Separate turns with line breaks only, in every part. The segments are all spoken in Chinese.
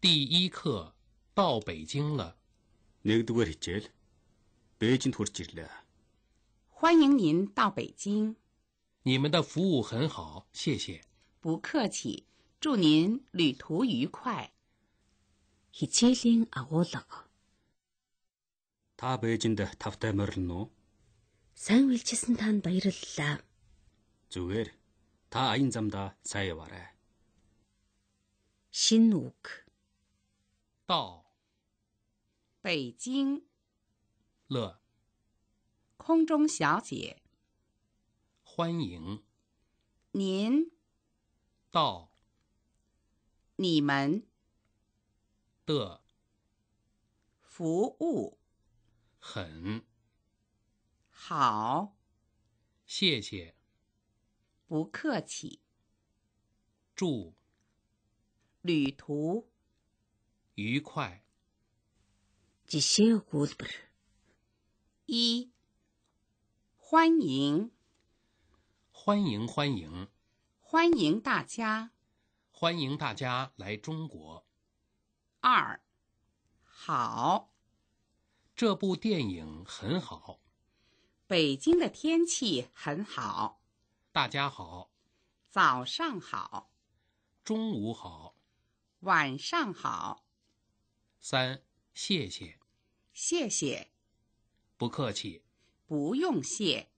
第一课到北京了，
1두гаар хичээл Бээжинд хүрч ирлээ.
欢迎您到北京，
你们的服务很好，谢谢。
不客气，祝您旅途愉快。
Хичээлийн агуулга.
Та Бээжинд тавтай морилно уу?
Сайн үйлчилсэн танд баярлалаа.
Зүгээр. Та аян замдаа сайн яваарай.
Шинэ үг.
到
北京
了，
空中小姐，
欢迎
您、
到
你们
的
服务
很，
好，
谢谢。
不客气，
祝
旅途
愉快，
Жишээ өгүүлбэр.
一，欢迎，
欢迎欢迎，
欢迎大家。
欢迎大家来中国。
二，好，
这部电影很好，
北京的天气很好，
大家好，
早上好，
中午好。
晚上好，
三，谢谢，
谢谢，
不客气，
不用谢，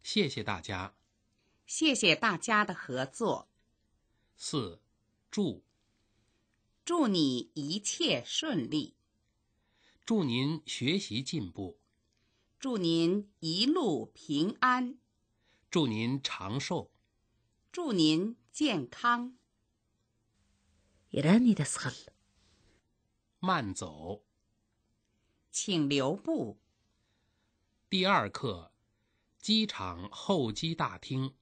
谢谢大家。
谢谢大家的合作。
四，祝
祝你一切顺利，
祝您学习进步，
祝您一路平安，
祝您长寿。
祝您健康。
Ираны дасгал.
慢走。
请留步。
第二课，机场候机大厅。